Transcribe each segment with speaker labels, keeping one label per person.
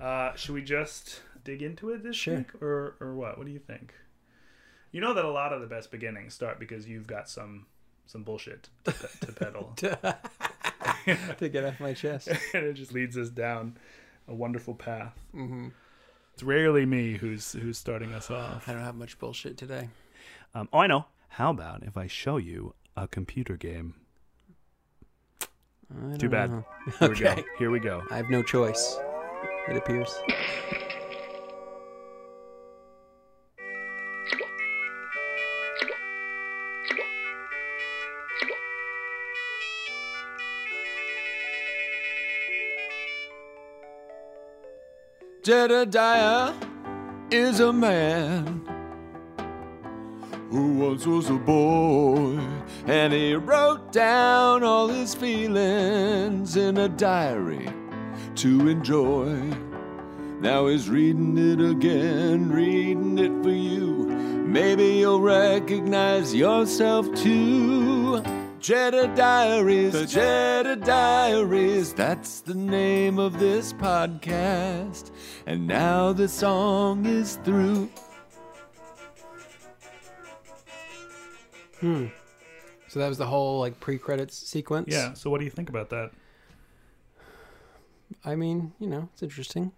Speaker 1: Uh, should we just dig into it this
Speaker 2: Sure.
Speaker 1: week, or or what? What do you think? You know that a lot of the best beginnings start because you've got some some bullshit to, pe- to peddle,
Speaker 2: to get off my chest.
Speaker 1: and it just leads us down a wonderful path. Mm-hmm. It's rarely me who's who's starting us off.
Speaker 2: I don't have much bullshit today.
Speaker 3: Um, oh, I know. How about if I show you a computer game?
Speaker 2: I
Speaker 1: Too
Speaker 2: don't
Speaker 1: bad.
Speaker 2: know.
Speaker 1: Here we go.
Speaker 2: Okay.
Speaker 1: Here we go.
Speaker 2: I have no choice. It appears. Jedediah is a man who once was a boy, and he wrote down all his feelings in a diary to enjoy. Now he's reading it again, reading it for you. Maybe you'll recognize yourself too. Jedi Diaries, the Jedi Diaries, that's the name of this podcast. And now the song is through. Hmm. So that was the whole like pre-credits sequence.
Speaker 1: Yeah. So what do you think about that?
Speaker 2: I mean, you know, it's interesting.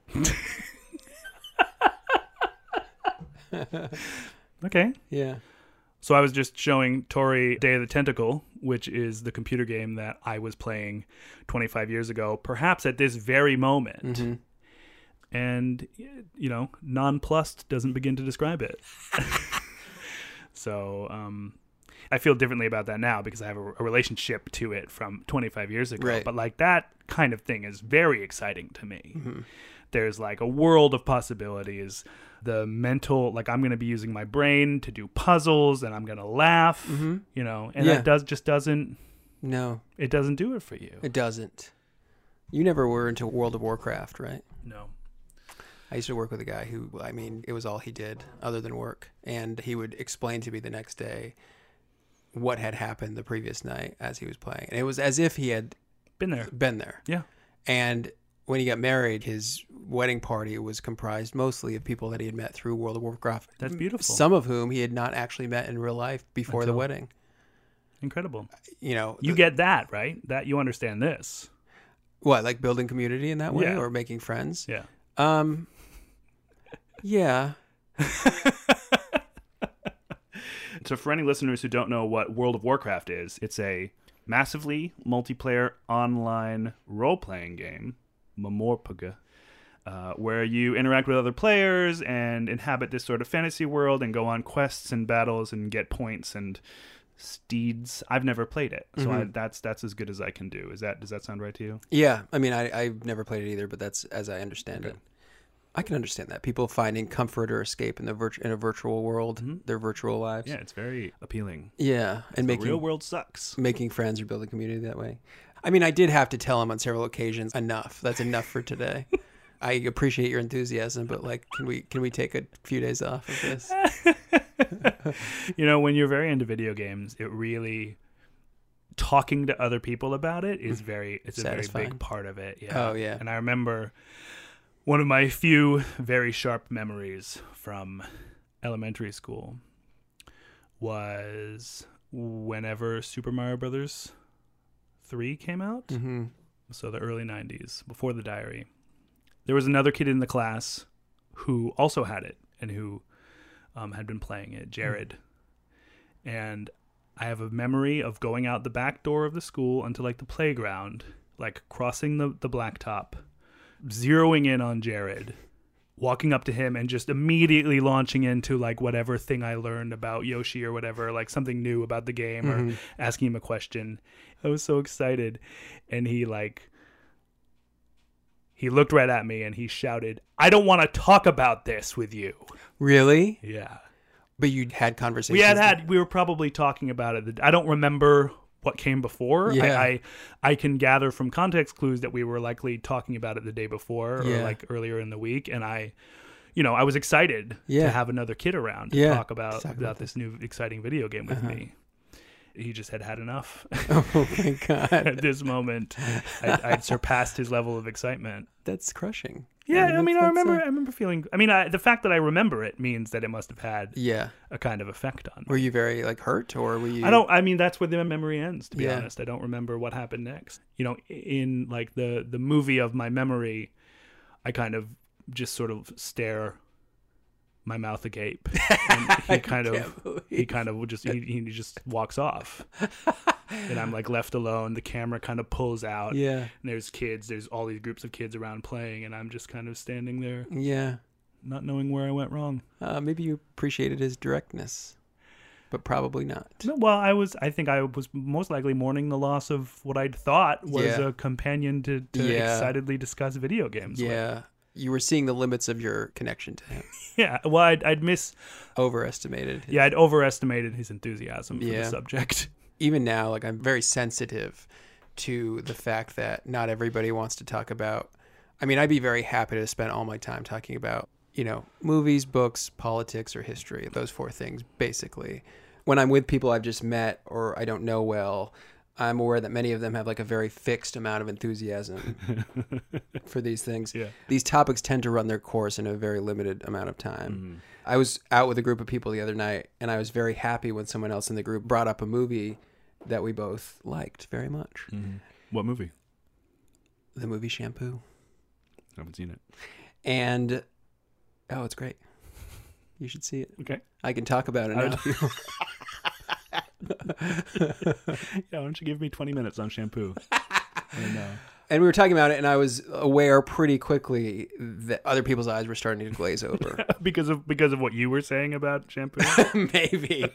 Speaker 1: Okay.
Speaker 2: Yeah.
Speaker 1: So I was just showing Tori Day of the Tentacle, which is the computer game that I was playing 25 years ago, perhaps at this very moment. And, you know, nonplussed doesn't begin to describe it. so um, I feel differently about that now because I have a, a relationship to it from 25 years ago.
Speaker 2: Right.
Speaker 1: But, like, that kind of thing is very exciting to me there's like a world of possibilities the mental like i'm going to be using my brain to do puzzles and i'm going to laugh you know and
Speaker 2: Mm-hmm. Yeah.
Speaker 1: that does just doesn't
Speaker 2: No,
Speaker 1: it doesn't do it for you
Speaker 2: it doesn't. You never were into World of Warcraft, right?
Speaker 1: no
Speaker 2: I used to work with a guy who, I mean, it was all he did other than work. And he would explain to me the next day what had happened the previous night as he was playing. And it was as if he had
Speaker 1: been there
Speaker 2: been there.
Speaker 1: yeah
Speaker 2: And when he got married, his wedding party was comprised mostly of people that he had met through World of Warcraft,
Speaker 1: that's beautiful
Speaker 2: Mm, some of whom he had not actually met in real life before the wedding.
Speaker 1: incredible
Speaker 2: You know,
Speaker 1: you
Speaker 2: Uh, the-
Speaker 1: get that right that you understand this
Speaker 2: what, like building community in that way
Speaker 1: Yeah.
Speaker 2: or making friends?
Speaker 1: yeah
Speaker 2: Um, yeah.
Speaker 3: So, for any listeners who don't know what World of Warcraft is, it's a massively multiplayer online role playing game, Mamorpaga, uh, where you interact with other players and inhabit this sort of fantasy world and go on quests and battles and get points and steeds. I've never played it, so I, that's that's as good as I can do. Is that does that sound right to you?
Speaker 2: Yeah, I mean, I, I've never played it either, but that's as I understand it. I can understand that people finding comfort or escape in the virtu- in a virtual world,
Speaker 1: Mm-hmm.
Speaker 2: their virtual lives.
Speaker 3: Yeah, it's very appealing.
Speaker 2: Yeah, and making
Speaker 3: Real world sucks.
Speaker 2: making friends or building community that way. I mean, I did have to tell him on several occasions, enough. That's enough for today. I appreciate your enthusiasm, but like, can we can we take a few days off of this?
Speaker 1: you know when you're very into video games it really talking to other people about it is very it's a very
Speaker 2: Mm-hmm. Satisfying.
Speaker 1: big part of it yeah
Speaker 2: Oh, yeah.
Speaker 1: and i remember one of my few very sharp memories from elementary school was whenever super mario brothers 3 came out
Speaker 2: Mhm.
Speaker 1: so the early 90s before the diary there was another kid in the class who also had it and who um, had been playing it jared and i have a memory of going out the back door of the school onto like the playground like crossing the, the blacktop zeroing in on jared walking up to him and just immediately launching into like whatever thing i learned about yoshi or whatever like something new about the game or asking him a question i was so excited and he like he looked right at me and he shouted, "I don't want to talk about this with you."
Speaker 2: Really?
Speaker 1: Yeah.
Speaker 2: But you had conversations.
Speaker 1: We had had we were probably talking about it. I don't remember what came before.
Speaker 2: Yeah.
Speaker 1: I, I I can gather from context clues that we were likely talking about it the day before or
Speaker 2: Yeah.
Speaker 1: like earlier in the week and I you know, I was excited
Speaker 2: Yeah.
Speaker 1: to have another kid around to
Speaker 2: Yeah.
Speaker 1: talk about
Speaker 2: Talk
Speaker 1: about,
Speaker 2: about
Speaker 1: this new exciting video game with me. He just had had enough
Speaker 2: Oh my god,
Speaker 1: at this moment. I'd, I'd surpassed his level of excitement.
Speaker 2: that's crushing.
Speaker 1: Yeah,
Speaker 2: And
Speaker 1: I mean, I
Speaker 2: that's- that's,
Speaker 1: remember.
Speaker 2: uh,
Speaker 1: I remember feeling. I mean, I, the fact that I remember it means that it must have had
Speaker 2: yeah.
Speaker 1: a kind of effect on me.
Speaker 2: Were you very like hurt or were you?
Speaker 1: I don't. I mean, that's where the memory ends. To be
Speaker 2: Yeah.
Speaker 1: honest, I don't remember what happened next. You know, in like the the movie of my memory, I kind of just sort of stare, my mouth agape. And he kind of he kind of just he, he just walks off, and I'm like left alone. The camera kind of pulls out.
Speaker 2: Yeah.
Speaker 1: And there's kids. There's all these groups of kids around playing, and I'm just kind of standing there,
Speaker 2: Yeah.
Speaker 1: not knowing where I went wrong.
Speaker 2: Uh, maybe you appreciated his directness, but probably not.
Speaker 1: No, well, I was. I think I was most likely mourning the loss of what I'd thought was
Speaker 2: Yeah.
Speaker 1: a companion to, to
Speaker 2: Yeah.
Speaker 1: excitedly discuss video games. with.
Speaker 2: Yeah. You were seeing the limits of your connection to him.
Speaker 1: yeah. Well, I'd, I'd miss.
Speaker 2: Overestimated.
Speaker 1: Yeah, I'd overestimated his enthusiasm for
Speaker 2: Yeah.
Speaker 1: the subject.
Speaker 2: Even now, like I'm very sensitive to the fact that not everybody wants to talk about. I mean, I'd be very happy to spend all my time talking about, you know, movies, books, politics, or history, those four things, basically. When I'm with people I've just met or I don't know well, I'm aware that many of them have like a very fixed amount of enthusiasm for these things.
Speaker 1: Yeah.
Speaker 2: These topics tend to run their course in a very limited amount of time. I was out with a group of people the other night, and I was very happy when someone else in the group brought up a movie that we both liked very much
Speaker 3: Mm-hmm. What movie?
Speaker 2: the movie Shampoo.
Speaker 3: I haven't seen it.
Speaker 2: And oh, it's great. You should see it.
Speaker 3: Okay.
Speaker 2: I can talk about it
Speaker 3: I
Speaker 2: now.
Speaker 3: Yeah, why don't you give me 20 minutes on shampoo? and, uh,
Speaker 2: and we were talking about it, and I was aware pretty quickly that other people's eyes were starting to glaze over.
Speaker 3: because of because of what you were saying about shampoo,
Speaker 2: Maybe.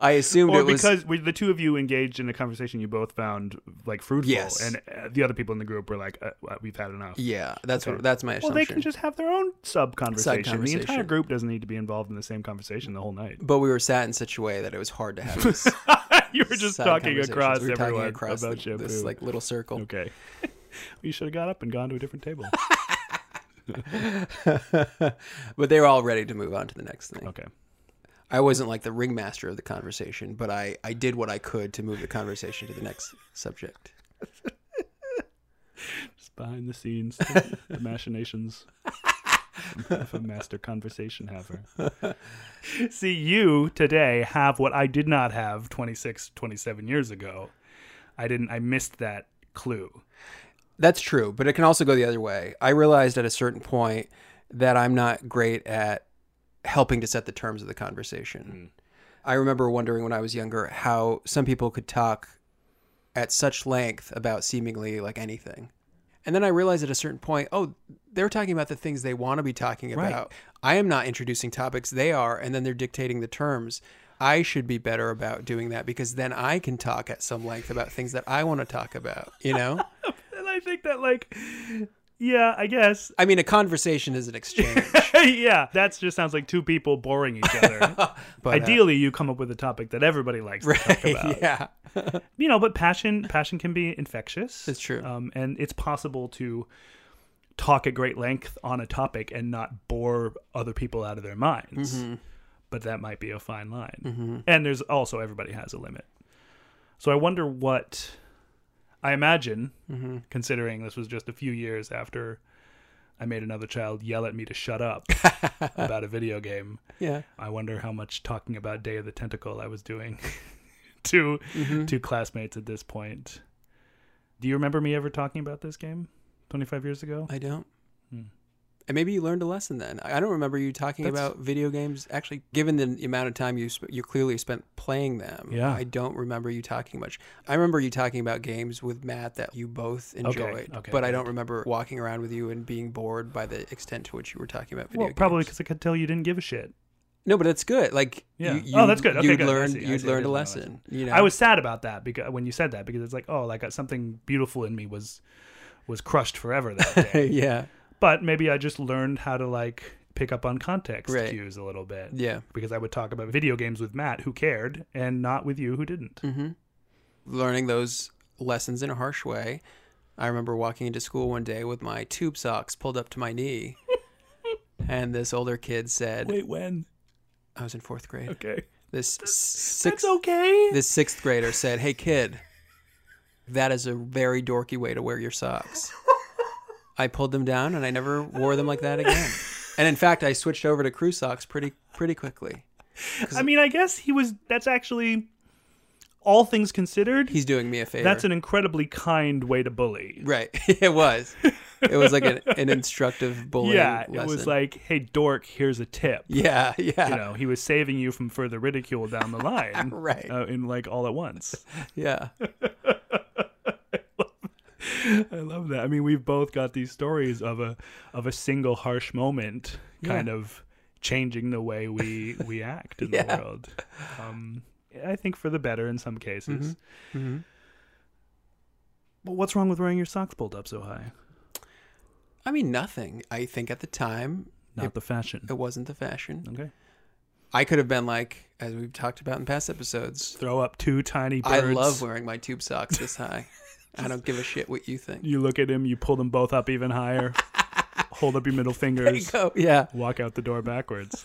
Speaker 2: I assumed
Speaker 3: or
Speaker 2: it was.
Speaker 3: because we, the two of you engaged in a conversation you both found like fruitful,
Speaker 2: Yes.
Speaker 3: and uh, the other people in the group were like, uh, uh, "We've had enough."
Speaker 2: yeah, that's
Speaker 3: Okay.
Speaker 2: what, that's my
Speaker 3: Well,
Speaker 2: assumption.
Speaker 3: they can just have their own sub conversation. The entire
Speaker 2: conversation.
Speaker 3: group doesn't need to be involved in the same conversation the whole night.
Speaker 2: but we were sat in such a way that it was hard to have this
Speaker 3: you were just
Speaker 2: side
Speaker 3: talking
Speaker 2: conversations.
Speaker 3: across
Speaker 2: we were
Speaker 3: everyone
Speaker 2: talking across
Speaker 3: about
Speaker 2: the,
Speaker 3: shampoo.
Speaker 2: this like little circle.
Speaker 3: okay, you should have got up and gone to a different table.
Speaker 2: but they were all ready to move on to the next thing.
Speaker 3: okay,
Speaker 2: I wasn't like the ringmaster of the conversation, but I, I did what I could to move the conversation to the next subject.
Speaker 3: just behind the scenes, the, the machinations of a master conversation haver.
Speaker 1: See, you today have what I did not have 26, 27 years ago. I didn't. I missed that clue.
Speaker 2: That's true, but it can also go the other way. I realized at a certain point that I'm not great at helping to set the terms of the conversation. I remember wondering when I was younger how some people could talk at such length about seemingly like anything. And then I realized at a certain point, oh, they're talking about the things they want to be talking about. I am not introducing topics, they are, and then they're dictating the terms. I should be better about doing that because then I can talk at some length about things that I want to talk about, you know?
Speaker 1: And I think that, like, yeah, I guess.
Speaker 2: I mean, a conversation is an exchange.
Speaker 1: yeah, that just sounds like two people boring each other.
Speaker 2: But, uh,
Speaker 1: Ideally, you come up with a topic that everybody likes to talk about.
Speaker 2: yeah.
Speaker 1: you know but passion passion can be infectious
Speaker 2: It's true.
Speaker 1: um, and it's possible to talk at great length on a topic and not bore other people out of their minds
Speaker 2: Mm-hmm.
Speaker 1: but that might be a fine line and there's also everybody has a limit so i wonder what i imagine
Speaker 2: Mm-hmm.
Speaker 1: considering this was just a few years after i made another child yell at me to shut up about a video game
Speaker 2: Yeah.
Speaker 1: I wonder how much talking about Day of the Tentacle I was doing to
Speaker 2: Mm-hmm.
Speaker 1: to classmates at this point. Do you remember me ever talking about this game 25 years ago?
Speaker 2: I don't. And maybe you learned a lesson then. I I don't remember you talking
Speaker 1: Hmm. That's-
Speaker 2: about video games. Actually, given the amount of time you sp- you clearly spent playing them,
Speaker 1: Yeah.
Speaker 2: I don't remember you talking much. I remember you talking about games with Matt that you both enjoyed,
Speaker 1: okay,
Speaker 2: but I don't remember walking around with you and being bored by the extent to which you were talking about video
Speaker 1: well,
Speaker 2: games.
Speaker 1: probably because I could tell you didn't give a shit.
Speaker 2: No, but that's good. Like,
Speaker 1: Yeah.
Speaker 2: you,
Speaker 1: Oh, that's good. Okay,
Speaker 2: you'd
Speaker 1: good. I
Speaker 2: learned,
Speaker 1: see. I
Speaker 2: you'd
Speaker 1: see. I
Speaker 2: learned
Speaker 1: did
Speaker 2: a
Speaker 1: learn a
Speaker 2: lesson. You know,
Speaker 1: I was sad about that because when you said that because it's like oh like something beautiful in me was was crushed forever that day.
Speaker 2: yeah,
Speaker 1: but maybe I just learned how to like pick up on context
Speaker 2: Right.
Speaker 1: cues a little bit.
Speaker 2: yeah.
Speaker 1: Because I would talk about video games with Matt who cared and not with you who didn't.
Speaker 2: Mm-hmm. learning those lessons in a harsh way. I remember walking into school one day with my tube socks pulled up to my knee. and this older kid said,
Speaker 1: Wait, when?
Speaker 2: I was in fourth grade.
Speaker 1: Okay.
Speaker 2: This sixth,
Speaker 1: okay.
Speaker 2: this sixth grader said, Hey, kid, that is a very dorky way to wear your socks. I pulled them down and I never wore them like that again. And in fact, I switched over to crew socks pretty pretty quickly.
Speaker 1: I mean, I guess he was. That's actually, all things considered,
Speaker 2: He's doing me a favor.
Speaker 1: that's an incredibly kind way to bully.
Speaker 2: right. it was. It was like an, an instructive bullying.
Speaker 1: Yeah, it was
Speaker 2: lesson.
Speaker 1: like, hey, dork, here's a tip.
Speaker 2: Yeah, yeah,
Speaker 1: You know, he was saving you from further ridicule down the line,
Speaker 2: Right.
Speaker 1: Uh, in like all at once.
Speaker 2: yeah.
Speaker 1: I love that. I mean, we've both got these stories of a of a single harsh moment kind of changing the way we we act in
Speaker 2: Yeah.
Speaker 1: the world. Um, I think for the better in some cases.
Speaker 2: Mm-hmm.
Speaker 1: But what's wrong with wearing your socks pulled up so high?
Speaker 2: I mean, nothing. I think at the time
Speaker 1: Not the fashion.
Speaker 2: it wasn't the fashion.
Speaker 1: Okay.
Speaker 2: I could have been like, as we've talked about in past episodes,
Speaker 1: Throw up two tiny birds.
Speaker 2: I love wearing my tube socks this high. I don't give a shit what you think.
Speaker 1: you look at him, you pull them both up even higher. hold up your middle fingers.
Speaker 2: Go, yeah.
Speaker 1: Walk out the door backwards.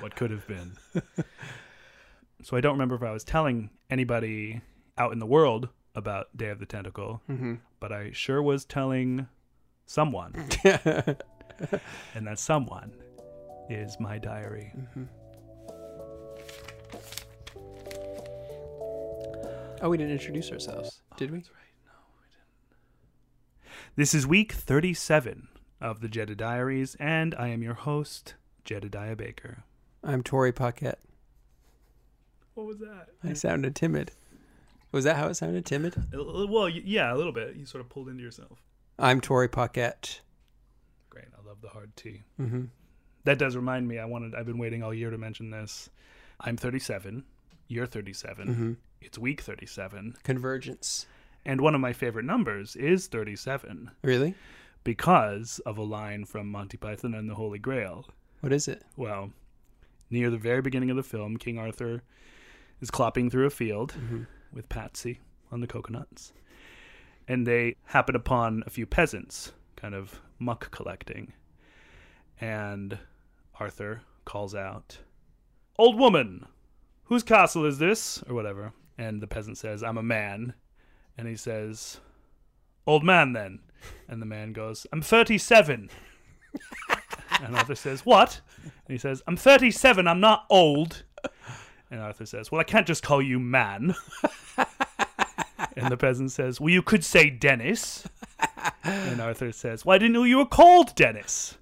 Speaker 1: what could have been. So I don't remember if I was telling anybody out in the world about Day of the Tentacle,
Speaker 2: Mm-hmm.
Speaker 1: but I sure was telling someone.
Speaker 2: Mm-hmm.
Speaker 1: and that someone is my diary.
Speaker 2: Oh, we didn't introduce ourselves, did we?
Speaker 1: This is week 37 of the Jeddah Diaries, and I am your host, Jedediah Baker.
Speaker 2: I'm Tori Paquette.
Speaker 1: What was that?
Speaker 2: I sounded timid. Was that how it sounded? Timid?
Speaker 1: Well, yeah, a little bit. You sort of pulled into yourself.
Speaker 2: I'm Tori Paquette.
Speaker 1: Great. I love the hard tea. Mm-hmm. That does remind me. I wanted. I've been waiting all year to mention this. I'm 37. You're 37.
Speaker 2: Mm-hmm.
Speaker 1: It's week 37,
Speaker 2: Convergence.
Speaker 1: and one of my favorite numbers is 37
Speaker 2: Really?
Speaker 1: because of a line from Monty Python and the Holy Grail.
Speaker 2: What is it?
Speaker 1: Well, near the very beginning of the film, King Arthur is clopping through a field with Patsy on the coconuts. And they happen upon a few peasants kind of muck collecting. And Arthur calls out, Old woman, whose castle is this? Or whatever. And the peasant says, I'm a man. And he says, Old man, then. And the man goes, I'm 37. And Arthur says, What? And he says, I'm 37, I'm not old. And Arthur says, Well, I can't just call you man. and the peasant says, Well, you could say Dennis. And Arthur says, Well, I didn't know you were called Dennis.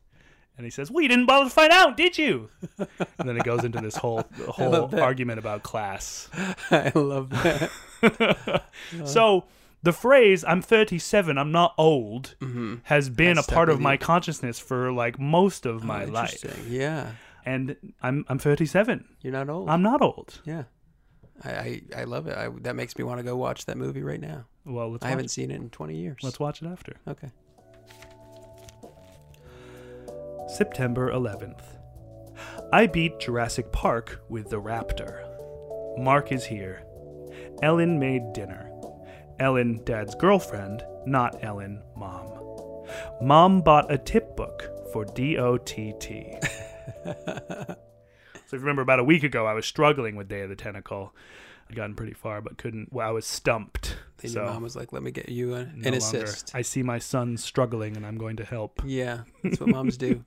Speaker 1: And he says, Well, you didn't bother to find out, did you? And then it goes into this whole whole argument about class.
Speaker 2: I love that.
Speaker 1: So the phrase "I'm 37, I'm not old" has been a
Speaker 2: stuck
Speaker 1: part of
Speaker 2: Mm-hmm. with
Speaker 1: my
Speaker 2: you. Oh,
Speaker 1: consciousness for like most of my life,
Speaker 2: Interesting. Yeah.
Speaker 1: and I'm I'm 37.
Speaker 2: You're not old.
Speaker 1: I'm not old.
Speaker 2: yeah. I, I, I love it. I, that makes me want to go watch that movie right now.
Speaker 1: Well, let's
Speaker 2: I
Speaker 1: watch,
Speaker 2: haven't seen it in 20 years.
Speaker 1: let's watch it after
Speaker 2: okay.
Speaker 1: September 11th. I beat Jurassic Park with the Raptor. Mark is here. Ellen made dinner. Ellen, Dad's girlfriend, not Ellen, Mom. Mom bought a tip book for DOTT. so, if you remember, about a week ago, I was struggling with Day of the Tentacle. I'd gotten pretty far, but couldn't. Well, I was stumped.
Speaker 2: Then
Speaker 1: so,
Speaker 2: your mom was like, let me get you an,
Speaker 1: no
Speaker 2: an
Speaker 1: longer.
Speaker 2: assist.
Speaker 1: I see my son struggling, and I'm going to help.
Speaker 2: yeah. That's what moms do.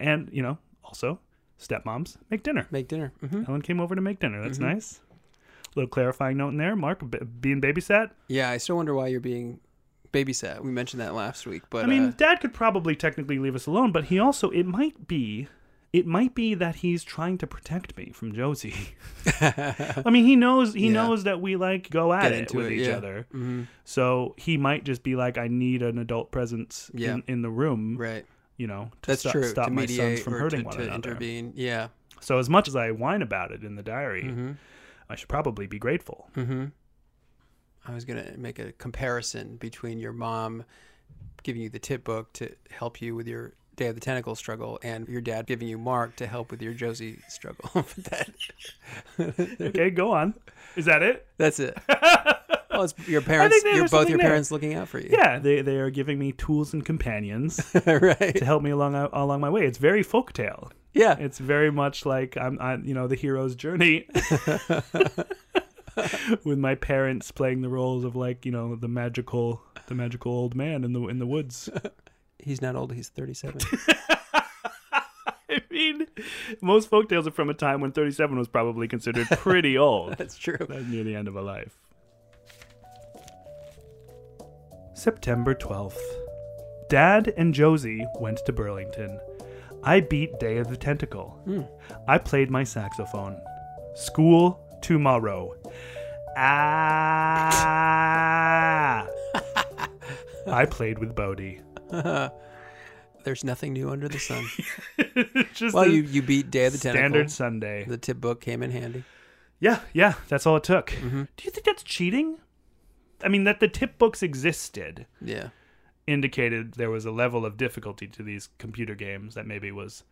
Speaker 1: and you know also stepmoms make dinner
Speaker 2: Make dinner. hmm
Speaker 1: ellen came over to make dinner that's
Speaker 2: Mm-hmm.
Speaker 1: nice little clarifying note in there mark b- being babysat
Speaker 2: Yeah. I still wonder why you're being babysat. We mentioned that last week, but
Speaker 1: i mean
Speaker 2: uh,
Speaker 1: dad could probably technically leave us alone but he also it might be it might be that he's trying to protect me from josie
Speaker 2: uh,
Speaker 1: i mean he knows he
Speaker 2: Yeah.
Speaker 1: knows that we like go at
Speaker 2: Get
Speaker 1: it
Speaker 2: into
Speaker 1: with
Speaker 2: it,
Speaker 1: each
Speaker 2: yeah. Mm-hmm.
Speaker 1: other so he might just be like i need an adult presence
Speaker 2: Yeah.
Speaker 1: in, in the room
Speaker 2: right.
Speaker 1: you know to
Speaker 2: That's
Speaker 1: sto-
Speaker 2: true.
Speaker 1: stop
Speaker 2: to
Speaker 1: my
Speaker 2: mediate
Speaker 1: sons from
Speaker 2: or
Speaker 1: hurting
Speaker 2: to,
Speaker 1: one
Speaker 2: to
Speaker 1: another
Speaker 2: intervene. Yeah.
Speaker 1: So as much as I whine about it in the diary, I should probably be grateful.
Speaker 2: I was gonna make a comparison between your mom giving you the tip book to help you with your Day of the Tentacle struggle, and your dad giving you Mark to help with your Josie struggle. But that,
Speaker 1: okay, go on. Is that it?
Speaker 2: that's it. Well, it's your parents.
Speaker 1: there
Speaker 2: You're
Speaker 1: was
Speaker 2: both
Speaker 1: something
Speaker 2: your
Speaker 1: there.
Speaker 2: parents looking out for you.
Speaker 1: Yeah, they they are giving me tools and companions
Speaker 2: right.
Speaker 1: to help me along along my way. It's very folktale.
Speaker 2: Yeah.
Speaker 1: It's very much like I'm, i you know, the hero's journey. With my parents playing the roles of like you know the magical
Speaker 4: the magical old man in the in the woods.
Speaker 2: He's not old. He's 37.
Speaker 1: I mean, most folktales are from a time when 37 was probably considered pretty old.
Speaker 2: That's true.
Speaker 1: That was near the end of a life. September 12th. Dad and Josie went to Burlington. I beat Day of the Tentacle.
Speaker 2: Hmm.
Speaker 1: I played my saxophone. School tomorrow. Ah! I played with Bodie.
Speaker 2: There's nothing new under the sun.
Speaker 1: Just
Speaker 2: Well,
Speaker 1: a
Speaker 2: you, you beat Day of the Tentacle.
Speaker 1: standard Sunday.
Speaker 2: The tip book came in handy.
Speaker 1: Yeah, yeah, that's all it took.
Speaker 2: Mm-hmm.
Speaker 1: Do you think that's cheating? I mean, that the tip books existed
Speaker 2: Yeah.
Speaker 1: indicated there was a level of difficulty to these computer games that maybe was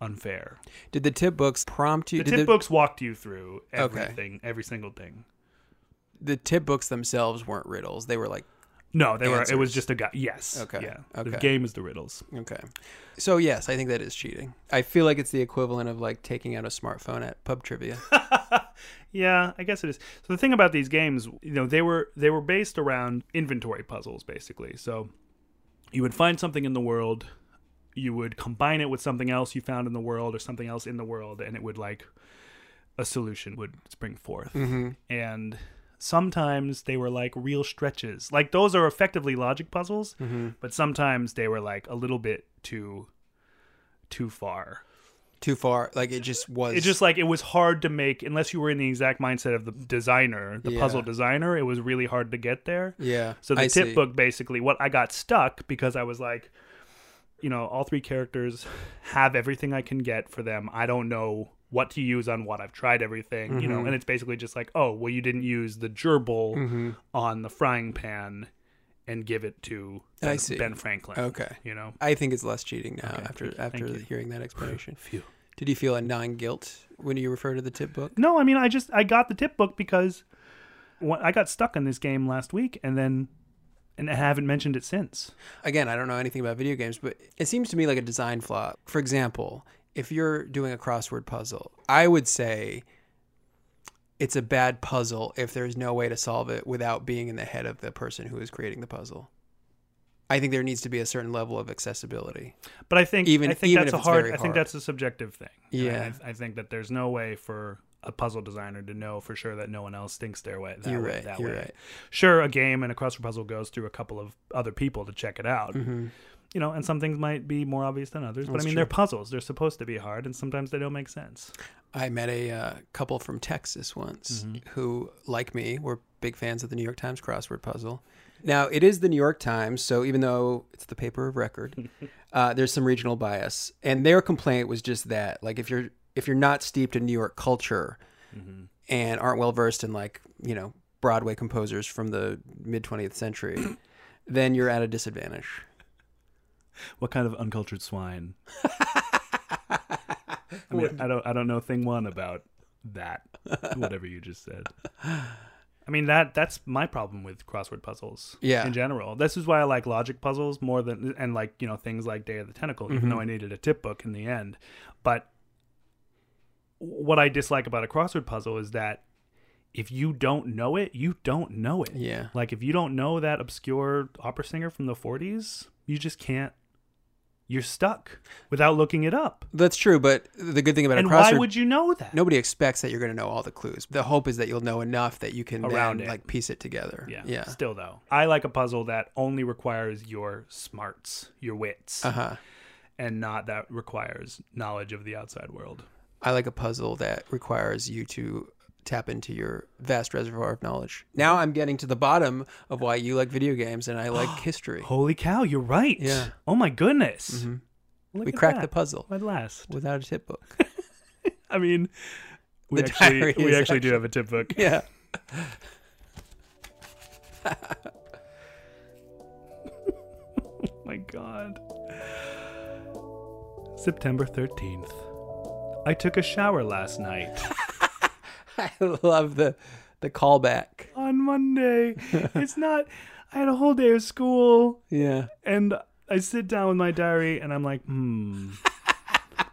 Speaker 1: unfair.
Speaker 2: Did the tip books prompt you?
Speaker 1: The
Speaker 2: did
Speaker 1: tip
Speaker 2: the,
Speaker 1: books walked you through
Speaker 2: Okay.
Speaker 1: everything, every single thing.
Speaker 2: the tip books themselves weren't riddles. They were like,
Speaker 1: No, they were. It was
Speaker 2: Answers.
Speaker 1: just a guy. Yes.
Speaker 2: Okay,
Speaker 1: Yeah. The
Speaker 2: okay.
Speaker 1: game is the riddles.
Speaker 2: okay. So, yes, I think that is cheating. I feel like it's the equivalent of like taking out a smartphone at pub trivia.
Speaker 1: Yeah, I guess it is. So the thing about these games, you know, they were they were based around inventory puzzles basically. So you would find something in the world, you would combine it with something else you found in the world or something else in the world and it would like a solution would spring forth. And sometimes they were like real stretches. Like those are effectively logic puzzles, but sometimes they were like a little bit too too far
Speaker 2: Too far. Like, it just was.
Speaker 1: it just like it was hard to make unless you were in the exact mindset of the designer the
Speaker 2: Yeah.
Speaker 1: puzzle designer it was really hard to get there
Speaker 2: Yeah.
Speaker 1: so the
Speaker 2: I
Speaker 1: tip
Speaker 2: see.
Speaker 1: book basically what i got stuck because i was like you know all three characters have everything i can get for them i don't know what to use on what i've tried everything you
Speaker 2: Mm-hmm.
Speaker 1: know and it's basically just like oh well you didn't use the gerbil
Speaker 2: Mm-hmm.
Speaker 1: on the frying pan and give it to
Speaker 2: I
Speaker 1: ben,
Speaker 2: see.
Speaker 1: Ben franklin
Speaker 2: Okay.
Speaker 1: you know
Speaker 2: I think it's less cheating now after after
Speaker 1: Thank you.
Speaker 2: hearing that explanation.
Speaker 1: Phew.
Speaker 2: Did you feel a non guilt when you refer to the tip book?
Speaker 1: No, I mean, I just I got the tip book because wh- I got stuck in this game last week, and then and I haven't mentioned it since.
Speaker 2: Again, I don't know anything about video games, but it seems to me like a design flaw. For example, if you're doing a crossword puzzle, I would say it's a bad puzzle if there's no way to solve it without being in the head of the person who is creating the puzzle. I think there needs to be a certain level of accessibility.
Speaker 1: But I think
Speaker 2: Even-
Speaker 1: I think
Speaker 2: even
Speaker 1: that's
Speaker 2: if
Speaker 1: a
Speaker 2: it's
Speaker 1: hard,
Speaker 2: very
Speaker 1: I think
Speaker 2: hard.
Speaker 1: that's a subjective thing. And
Speaker 2: Yeah.
Speaker 1: I, I think that there's no way for a puzzle designer to know for sure that no one else thinks their way that
Speaker 2: You're
Speaker 1: way.
Speaker 2: right,
Speaker 1: that
Speaker 2: you're
Speaker 1: way.
Speaker 2: right.
Speaker 1: Sure, a game and a crossword puzzle goes through a couple of other people to check it out.
Speaker 2: Mm-hmm.
Speaker 1: You know, and some things might be more obvious than others, but I mean, they're puzzles. They're supposed to be hard, and sometimes they don't make sense.
Speaker 2: I met a uh, couple from Texas once
Speaker 1: Mm-hmm.
Speaker 2: who, like me, were big fans of the New York Times crossword puzzle. Now, it is the New York Times, so even though it's the paper of record, uh, there's some regional bias. And their complaint was just that, like if you're if you're not steeped in New York culture
Speaker 1: Mm-hmm.
Speaker 2: and aren't well versed in like you know Broadway composers from the mid 20th century, then you're at a disadvantage.
Speaker 1: What kind of uncultured swine? I mean, I don't, I don't know thing one about that. Whatever you just said. I mean that that's my problem with crossword puzzles.
Speaker 2: Yeah.
Speaker 1: In general, this is why I like logic puzzles more than and like you know things like Day of the Tentacle. Even though I needed a tip book in the end, but what I dislike about a crossword puzzle is that if you don't know it, you don't know it.
Speaker 2: Yeah.
Speaker 1: Like if you don't know that obscure opera singer from the 40s, you just can't you're stuck without looking it up.
Speaker 2: That's true, but the good thing about
Speaker 1: and
Speaker 2: a crossword
Speaker 1: why would you know that?
Speaker 2: nobody expects that you're going to know all the clues. The hope is that you'll know enough that you can
Speaker 1: Around
Speaker 2: then,
Speaker 1: it.
Speaker 2: like piece it together.
Speaker 1: Yeah.
Speaker 2: Yeah.
Speaker 1: Still though. I like a puzzle that only requires your smarts, your wits,
Speaker 2: Uh huh.
Speaker 1: and not that requires knowledge of the outside world.
Speaker 2: I like a puzzle that requires you to tap into your vast reservoir of knowledge. Now I'm getting to the bottom of why you like video games and I like history.
Speaker 1: Holy cow, you're right.
Speaker 2: Yeah. Mm-hmm.
Speaker 1: Oh my goodness. Look
Speaker 2: We
Speaker 1: at
Speaker 2: cracked
Speaker 1: that.
Speaker 2: the puzzle
Speaker 1: At last.
Speaker 2: without a tip book.
Speaker 1: I mean, we
Speaker 2: The
Speaker 1: actually
Speaker 2: diary
Speaker 1: we
Speaker 2: is
Speaker 1: actually do have a tip book.
Speaker 2: yeah.
Speaker 1: Oh my god. September 13th. I took a shower last night
Speaker 2: I love the the callback.
Speaker 1: on Monday. It's not, I had a whole day of school
Speaker 2: Yeah.
Speaker 1: and I sit down with my diary and I'm like, hmm,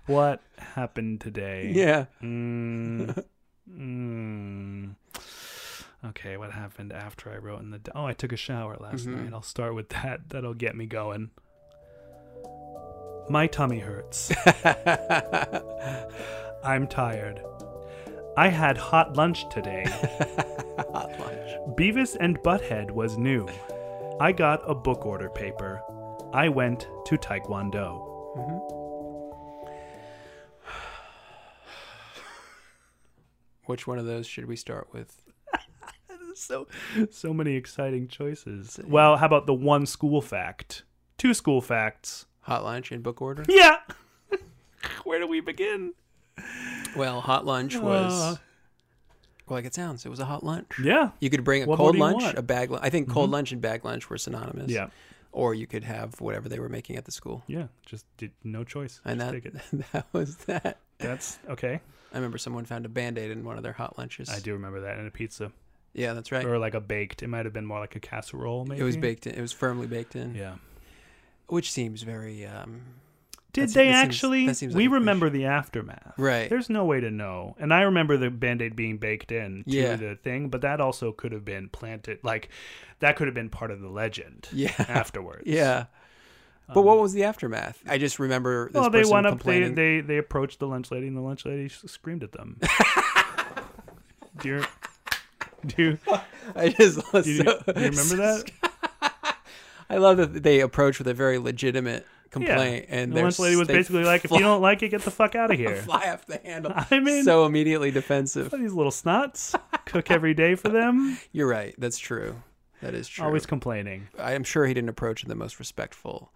Speaker 1: what happened today?
Speaker 2: Yeah.
Speaker 1: Mm, mm, okay, what happened after I wrote in the. Di- oh, I took a shower last
Speaker 2: Mm-hmm.
Speaker 1: night. I'll start with that. That'll get me going. My tummy hurts. I'm tired. I had hot lunch today.
Speaker 2: Hot lunch.
Speaker 1: Beavis and Butthead was new. I got a book order paper. I went to Taekwondo.
Speaker 2: Which one of those should we start with?
Speaker 1: So, so many exciting choices. Well, how about the one school fact? Two school facts.
Speaker 2: Hot lunch in book order?
Speaker 1: Yeah. Where do we begin?
Speaker 2: Well, hot lunch was
Speaker 1: Uh.
Speaker 2: well, like it sounds. It was a hot lunch.
Speaker 1: Yeah.
Speaker 2: You could bring a
Speaker 1: What more
Speaker 2: cold
Speaker 1: do you
Speaker 2: lunch,
Speaker 1: want? Mm-hmm.
Speaker 2: a bag. Lunch. I think cold lunch and bag lunch were synonymous.
Speaker 1: Yeah.
Speaker 2: Or you could have whatever they were making at the school.
Speaker 1: Yeah. Just did no choice.
Speaker 2: And
Speaker 1: Just
Speaker 2: that
Speaker 1: take it.
Speaker 2: that was that.
Speaker 1: That's okay.
Speaker 2: I remember someone found a band aid in one of their hot lunches.
Speaker 1: I do remember that in a pizza
Speaker 2: Yeah, that's right.
Speaker 1: or like a baked. It might have been more like a casserole. Maybe
Speaker 2: It was baked in. It was firmly baked in,
Speaker 1: Yeah.
Speaker 2: which seems very um,
Speaker 1: Did
Speaker 2: That's-
Speaker 1: they
Speaker 2: that seems-
Speaker 1: actually?
Speaker 2: that seems
Speaker 1: we
Speaker 2: like a push.
Speaker 1: remember the aftermath.
Speaker 2: Right.
Speaker 1: There's no way to know. And I remember the band aid being baked in to
Speaker 2: Yeah.
Speaker 1: the thing, but that also could have been planted. Like, that could have been part of the legend
Speaker 2: Yeah.
Speaker 1: afterwards. Um,
Speaker 2: yeah. But what was the aftermath? I just remember this
Speaker 1: Well, they
Speaker 2: person
Speaker 1: went up. They,
Speaker 2: complaining.
Speaker 1: they they approached the lunch lady, and the lunch lady s- screamed at them. do you, do you,
Speaker 2: I just
Speaker 1: do you,
Speaker 2: so-
Speaker 1: do you remember that?
Speaker 2: I love that they approach with a very legitimate complaint, and
Speaker 1: the
Speaker 2: they're
Speaker 1: lunch lady was
Speaker 2: they
Speaker 1: basically like, "If you don't like it, get the fuck out of here."
Speaker 2: fly off the handle.
Speaker 1: I mean-
Speaker 2: so immediately defensive.
Speaker 1: These little snots cook every day for them.
Speaker 2: You're right. That's true. That is true.
Speaker 1: Always complaining.
Speaker 2: I am sure he didn't approach in the most respectful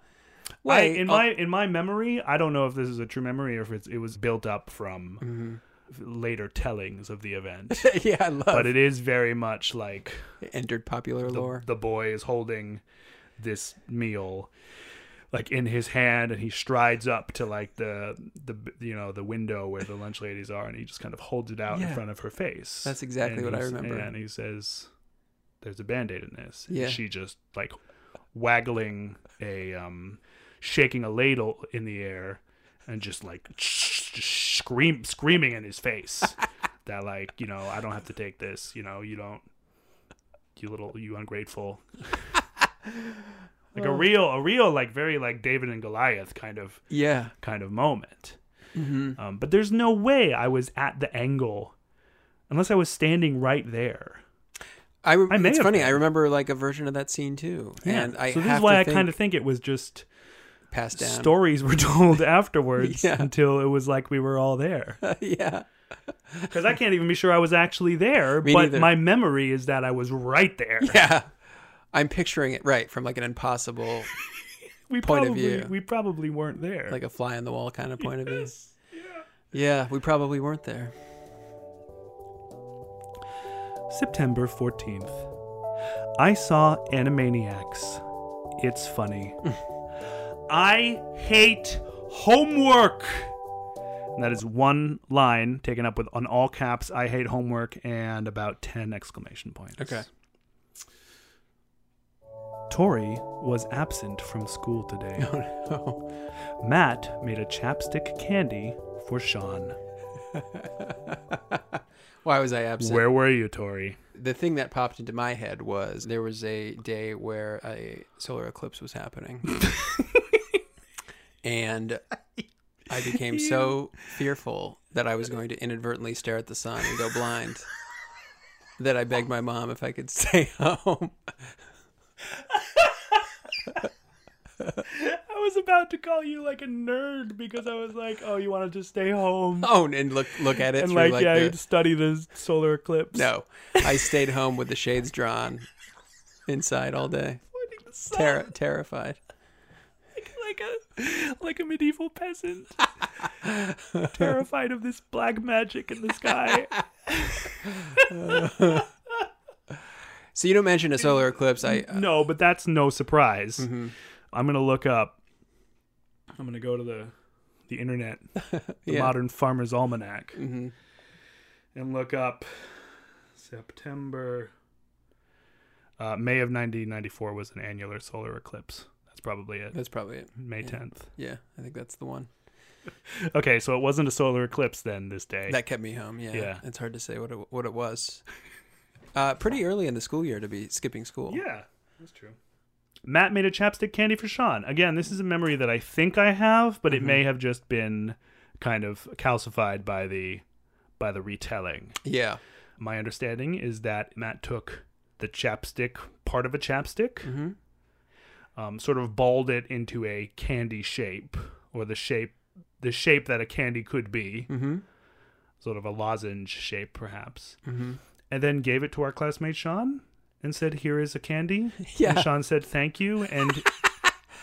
Speaker 1: I,
Speaker 2: way.
Speaker 1: in
Speaker 2: Oh,
Speaker 1: my in my memory, I don't know if this is a true memory or if it's, it was built up from later tellings of the event.
Speaker 2: mm-hmm. yeah, I love
Speaker 1: but it is very much like
Speaker 2: entered popular lore.
Speaker 1: the boy is holding this meal like in his hand and he strides up to like the the you know the window where the lunch ladies are and he just kind of holds it out
Speaker 2: Yeah.
Speaker 1: in front of her face
Speaker 2: That's exactly
Speaker 1: And
Speaker 2: what I
Speaker 1: he's-
Speaker 2: remember.
Speaker 1: and he says there's a band-aid in this And
Speaker 2: Yeah.
Speaker 1: she just like waggling a um shaking a ladle in the air and just like just scream screaming in his face that like you know i don't have to take this you know you don't you little you ungrateful like a real a real like very like david and goliath kind of
Speaker 2: yeah.
Speaker 1: kind of moment um, but there's no way i was at the angle unless i was standing right there
Speaker 2: I, re-
Speaker 1: I may
Speaker 2: it's
Speaker 1: have
Speaker 2: funny.
Speaker 1: been.
Speaker 2: I remember like a version of that scene too, and I
Speaker 1: so this
Speaker 2: have
Speaker 1: is why
Speaker 2: to
Speaker 1: i
Speaker 2: think
Speaker 1: kind of think it was just
Speaker 2: passed down.
Speaker 1: stories were told afterwards
Speaker 2: Yeah.
Speaker 1: until it was like we were all there
Speaker 2: yeah,
Speaker 1: because i can't even be sure i was actually there
Speaker 2: Me
Speaker 1: but
Speaker 2: neither.
Speaker 1: my memory is that i was right there
Speaker 2: yeah. I'm picturing it right from like an impossible,
Speaker 1: we
Speaker 2: Point of
Speaker 1: probably
Speaker 2: view.
Speaker 1: we probably weren't there
Speaker 2: like a fly on the wall kind of point of view. Yeah, we probably weren't there.
Speaker 1: September 14th. I saw Animaniacs. It's funny. I hate homework. And that is one line taken up with on all caps I hate homework and about 10 exclamation points.
Speaker 2: Okay.
Speaker 1: Tori was absent from school today.
Speaker 2: Oh, no.
Speaker 1: Matt made a chapstick candy for Sean.
Speaker 2: Why was I absent?
Speaker 1: Where were you, Tori?
Speaker 2: the thing that popped into my head was there was a day where a solar eclipse was happening. and I became so fearful that I was going to inadvertently stare at the sun and go blind that I begged my mom if I could stay home.
Speaker 1: I was about to call you like a nerd because I was like, oh, you want to just stay home.
Speaker 2: Oh, and look look at it
Speaker 1: and
Speaker 2: through
Speaker 1: like,
Speaker 2: like,
Speaker 1: yeah,
Speaker 2: the-
Speaker 1: you'd study the solar eclipse.
Speaker 2: No. I stayed home with the shades drawn inside all day.
Speaker 1: Pointing the sun
Speaker 2: Terri terrified.
Speaker 1: like a like a medieval peasant, terrified of this black magic in the sky.
Speaker 2: So you don't mention a solar eclipse. I uh,
Speaker 1: no, but that's no surprise.
Speaker 2: Hmm.
Speaker 1: I'm gonna look up. I'm gonna go to the the internet, the
Speaker 2: Yeah.
Speaker 1: modern farmer's almanac,
Speaker 2: mm-hmm.
Speaker 1: and look up September. Uh, May of 1994 was an annular solar eclipse. That's probably it.
Speaker 2: that's probably it.
Speaker 1: May 10th.
Speaker 2: Yeah, I think that's the one.
Speaker 1: Okay, so it wasn't a solar eclipse then this day.
Speaker 2: That kept me home. Yeah.
Speaker 1: Yeah.
Speaker 2: It's hard to say what it, what it was. Uh, pretty early in the school year to be skipping school.
Speaker 1: Yeah, that's true. Matt made a chapstick candy for Sean. Again, this is a memory that I think I have, but it may have just been kind of calcified by the by the retelling.
Speaker 2: Yeah.
Speaker 1: My understanding is that Matt took the chapstick part of a chapstick, um, sort of balled it into a candy shape, or the shape the shape that a candy could be,
Speaker 2: Mm-hmm.
Speaker 1: sort of a lozenge shape, perhaps,
Speaker 2: Mhm.
Speaker 1: and then gave it to our classmate Sean and said, "Here is a candy."
Speaker 2: Yeah.
Speaker 1: And Sean said, "Thank you," and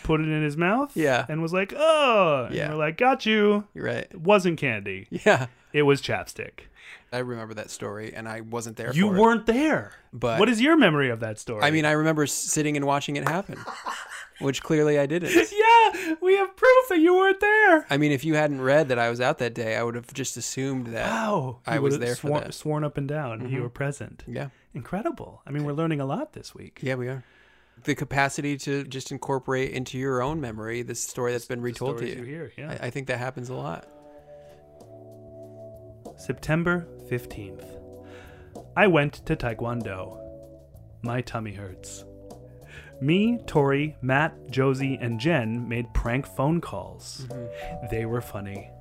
Speaker 1: put it in his mouth.
Speaker 2: Yeah.
Speaker 1: And was like, "Oh," and
Speaker 2: Yeah.
Speaker 1: we're like, "Got you."
Speaker 2: You're right.
Speaker 1: It wasn't candy.
Speaker 2: Yeah.
Speaker 1: It was chapstick.
Speaker 2: I remember that story, and I wasn't there.
Speaker 1: You
Speaker 2: for it.
Speaker 1: weren't there.
Speaker 2: But-
Speaker 1: what is your memory of that story?
Speaker 2: I mean, I remember s- sitting and watching it happen, which clearly I didn't.
Speaker 1: yeah, we have proof that you weren't there.
Speaker 2: I mean, if you hadn't read that I was out that day, I would have just assumed that.
Speaker 1: Wow,
Speaker 2: Uh, I
Speaker 1: You
Speaker 2: was
Speaker 1: would've
Speaker 2: there for
Speaker 1: sworn,
Speaker 2: that. Mm-hmm.
Speaker 1: sworn up and down, you were present.
Speaker 2: Yeah.
Speaker 1: Incredible. I mean, we're learning a lot this week.
Speaker 2: Yeah, we are. The capacity to just incorporate into your own memory this story that's been retold to
Speaker 1: Stories
Speaker 2: you.
Speaker 1: hear, yeah.
Speaker 2: I, I think that happens a lot.
Speaker 1: September 15th. I went to Taekwondo. My tummy hurts. Me, Tori, Matt, Josie, and Jen made prank phone calls.
Speaker 2: Mm-hmm.
Speaker 1: They were funny.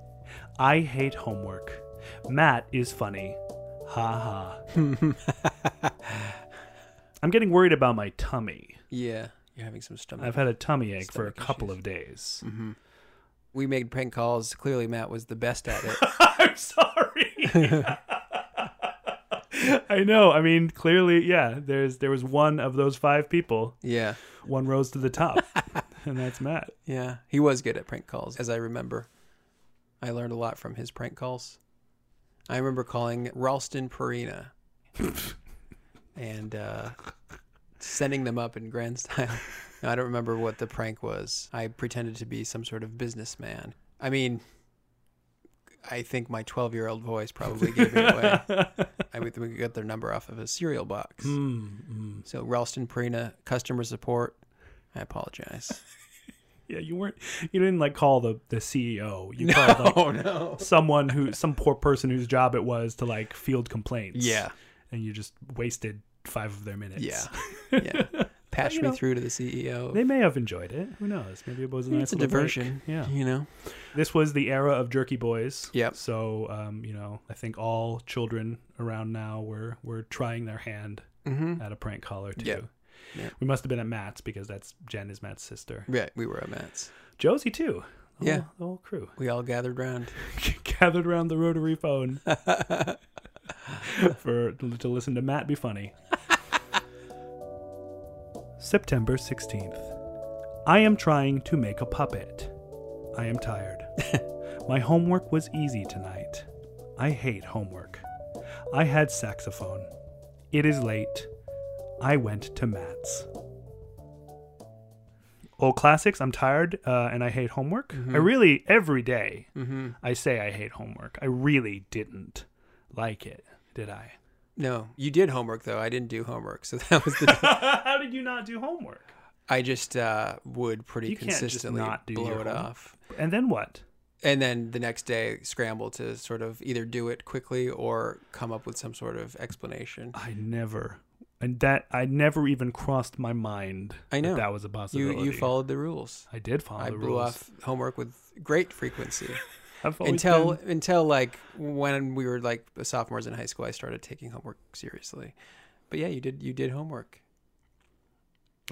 Speaker 1: I hate homework. Matt is funny. Ha ha. I'm getting worried about my tummy.
Speaker 2: Yeah. You're having some stomach.
Speaker 1: I've had a tummy ache for a
Speaker 2: Stomach Mm-hmm.
Speaker 1: couple of days.
Speaker 2: we made prank calls. Clearly, Matt was the best at it.
Speaker 1: I'm sorry. I know. I mean, clearly, yeah. There's there was one of those five people.
Speaker 2: yeah.
Speaker 1: One rose to the top, and that's Matt.
Speaker 2: Yeah. He was good at prank calls, as I remember. I learned a lot from his prank calls. I remember calling Ralston Perina and uh, sending them up in grand style. No, I don't remember what the prank was. I pretended to be some sort of businessman. I mean, I think my 12 year old voice probably gave it away. I would think we got their number off of a cereal box. So, Ralston Perina, customer support, I apologize.
Speaker 1: Yeah, you weren't. You didn't like call the the CEO. You called like
Speaker 2: Oh, no.
Speaker 1: someone who some poor person whose job it was to like field complaints.
Speaker 2: Yeah.
Speaker 1: and you just wasted five of their minutes.
Speaker 2: Yeah. Yeah. Patch
Speaker 1: you
Speaker 2: me
Speaker 1: know,
Speaker 2: through to the CEO.
Speaker 1: They may have enjoyed it. Who knows? Maybe it was a nice
Speaker 2: it's a
Speaker 1: little break.
Speaker 2: diversion.
Speaker 1: Yeah.
Speaker 2: You know?
Speaker 1: This was the era of Jerky Boys.
Speaker 2: Yep.
Speaker 1: So, um, you know, I think all children around now were were trying their hand at a prank caller too.
Speaker 2: Mm-hmm. Yep. Yep.
Speaker 1: We must have been at Matt's because that's Jen is Matt's sister.
Speaker 2: Right. We were at Matt's.
Speaker 1: Josie too. The
Speaker 2: Yeah.
Speaker 1: whole- the whole crew
Speaker 2: We all gathered round.
Speaker 1: gathered around the rotary phone for to, to listen to Matt be funny. September 16th. I am trying to make a puppet. I am tired. My homework was easy tonight. I hate homework. I had saxophone. It is late. I went to Matt's. Old classics, I'm tired uh, and I hate homework. I really, every day,
Speaker 2: Mm-hmm.
Speaker 1: I say I hate homework. I really didn't like it, did I?
Speaker 2: No, you did homework though. I didn't do homework, so that was the.
Speaker 1: How did you not do homework?
Speaker 2: I just uh, would pretty
Speaker 1: You can't just
Speaker 2: consistently
Speaker 1: not do
Speaker 2: blow
Speaker 1: your
Speaker 2: it
Speaker 1: homework.
Speaker 2: off,
Speaker 1: And then what?
Speaker 2: and then the next day scramble to sort of either do it quickly or come up with some sort of explanation.
Speaker 1: I never, and that I never even crossed my mind.
Speaker 2: I
Speaker 1: that,
Speaker 2: know.
Speaker 1: that was a
Speaker 2: You
Speaker 1: possibility.
Speaker 2: you followed the rules.
Speaker 1: I did follow
Speaker 2: I
Speaker 1: the
Speaker 2: blew
Speaker 1: rules.
Speaker 2: off homework with great frequency.
Speaker 1: I've always
Speaker 2: until
Speaker 1: been-
Speaker 2: until like when we were like sophomores in high school, I started taking homework seriously. But yeah, you did you did homework.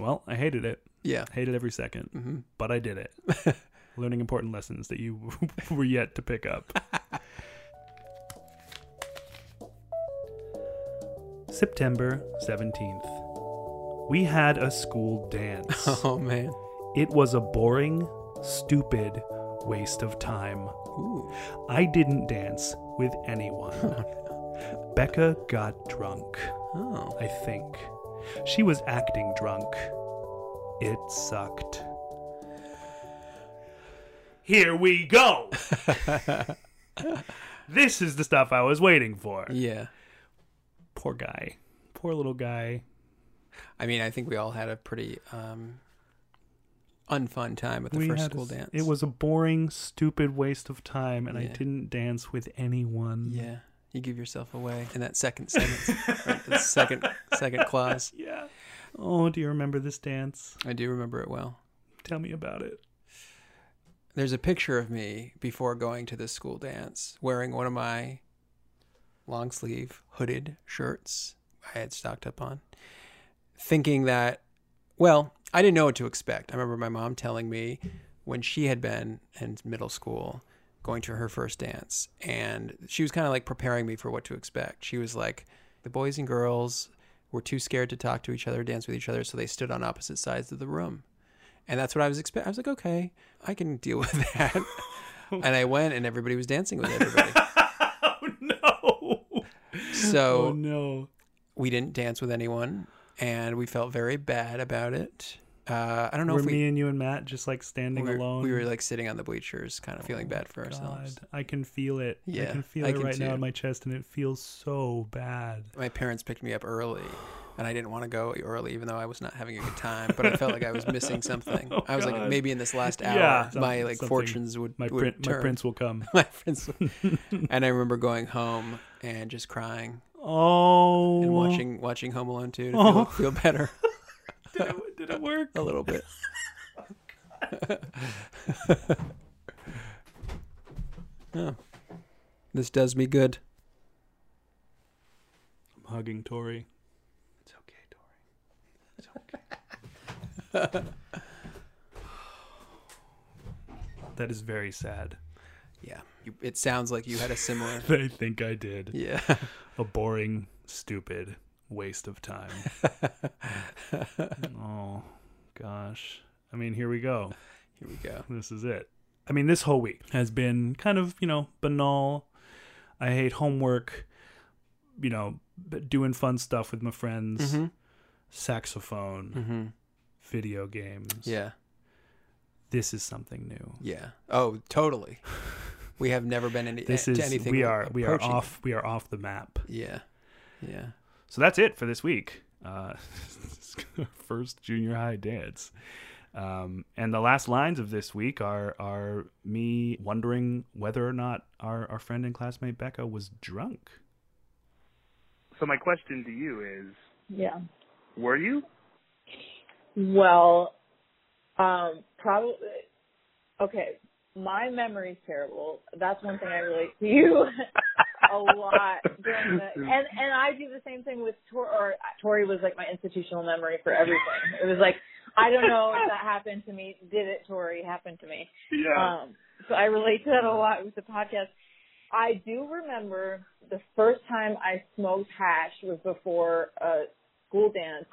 Speaker 1: well, I hated it.
Speaker 2: Yeah, Mm-hmm.
Speaker 1: Hated every 2nd but I did it. Learning important lessons that you were yet to pick up. September 17th. We had a school dance.
Speaker 2: Oh man.
Speaker 1: It was a boring, stupid waste of time.
Speaker 2: Ooh.
Speaker 1: I didn't dance with anyone. Becca got drunk,
Speaker 2: Oh.
Speaker 1: I think. She was acting drunk. It sucked. Here we go! this is the stuff I was waiting for.
Speaker 2: Yeah.
Speaker 1: Poor guy. Poor little guy.
Speaker 2: I mean, I think we all had a pretty um unfun time at the
Speaker 1: We
Speaker 2: first
Speaker 1: had a
Speaker 2: school
Speaker 1: s-
Speaker 2: dance.
Speaker 1: It was a boring, stupid waste of time, and I
Speaker 2: Yeah.
Speaker 1: didn't dance with anyone.
Speaker 2: Yeah. You give yourself away in that second sentence, right, the second second clause.
Speaker 1: Yeah. Oh, do you remember this dance?
Speaker 2: I do remember it well.
Speaker 1: Tell me about it.
Speaker 2: There's a picture of me before going to this school dance wearing one of my long sleeve hooded shirts I had stocked up on, thinking that, well, I didn't know what to expect. I remember my mom telling me when she had been in middle school going to her first dance, and she was kind of like preparing me for what to expect. She was like, the boys and girls were too scared to talk to each other, dance with each other, so they stood on opposite sides of the room. And that's what I was expecting. I was like, okay, I can deal with that. and I went, and everybody was dancing with everybody.
Speaker 1: Oh, No.
Speaker 2: So
Speaker 1: Oh no.
Speaker 2: we didn't dance with anyone and we felt very bad about it uh, i don't know
Speaker 1: Were
Speaker 2: if we
Speaker 1: me and you and Matt just like standing
Speaker 2: we were,
Speaker 1: alone? Oh,
Speaker 2: we were like sitting on the bleachers kind of feeling bad for ourselves
Speaker 1: God, I can feel it. I
Speaker 2: Yeah,
Speaker 1: can feel
Speaker 2: I
Speaker 1: it
Speaker 2: can
Speaker 1: right now
Speaker 2: too.
Speaker 1: in my chest, and it feels so bad.
Speaker 2: my parents picked me up early and i didn't want to go early even though i was not having a good time but i felt like i was missing something i was like
Speaker 1: Oh, God.
Speaker 2: maybe in this last hour
Speaker 1: Yeah,
Speaker 2: my
Speaker 1: some-
Speaker 2: like
Speaker 1: something-
Speaker 2: fortunes would
Speaker 1: My
Speaker 2: would
Speaker 1: print, my
Speaker 2: turn.
Speaker 1: prince will come.
Speaker 2: my prince and i remember going home and just crying
Speaker 1: Oh.
Speaker 2: and watching watching home alone too to
Speaker 1: Oh.
Speaker 2: feel, feel better
Speaker 1: Did it, did it work?
Speaker 2: a little bit oh, this does me good
Speaker 1: I'm hugging Tori.
Speaker 3: It's okay, Dory.
Speaker 1: That is very sad.
Speaker 2: yeah you, it sounds like you had a similar
Speaker 1: I think I did.
Speaker 2: yeah
Speaker 1: a boring, stupid waste of time. oh, gosh. I mean, here we go.
Speaker 2: here we go
Speaker 1: This is it. I mean, this whole week has been kind of, you know, banal. I hate homework, you know, but doing fun stuff with my friends,
Speaker 2: Mhm.
Speaker 1: saxophone,
Speaker 2: mm-hmm.
Speaker 1: video games.
Speaker 2: yeah
Speaker 1: This is something new.
Speaker 2: yeah oh totally we have never been any
Speaker 1: This
Speaker 2: to
Speaker 1: is
Speaker 2: anything
Speaker 1: we are we are
Speaker 2: approaching it.
Speaker 1: off we are off the map.
Speaker 2: yeah yeah
Speaker 3: So that's it for this week. Uh, this is our first junior high dance. Um, and the last lines of this week are are me wondering whether or not our, our friend and classmate Becca was drunk.
Speaker 5: So my question to you is,
Speaker 6: Yeah.
Speaker 5: were you?
Speaker 6: Well, um, probably. Okay, my memory's terrible. That's one thing I relate to you a lot. During the, and and I do the same thing with Tori. Or Tori was like my institutional memory for everything. It was like I don't know if that happened to me. Did it, Tori? Happened to me.
Speaker 5: Yeah.
Speaker 6: Um, so I relate to that a lot with the podcast. I do remember the first time I smoked hash was before a school dance.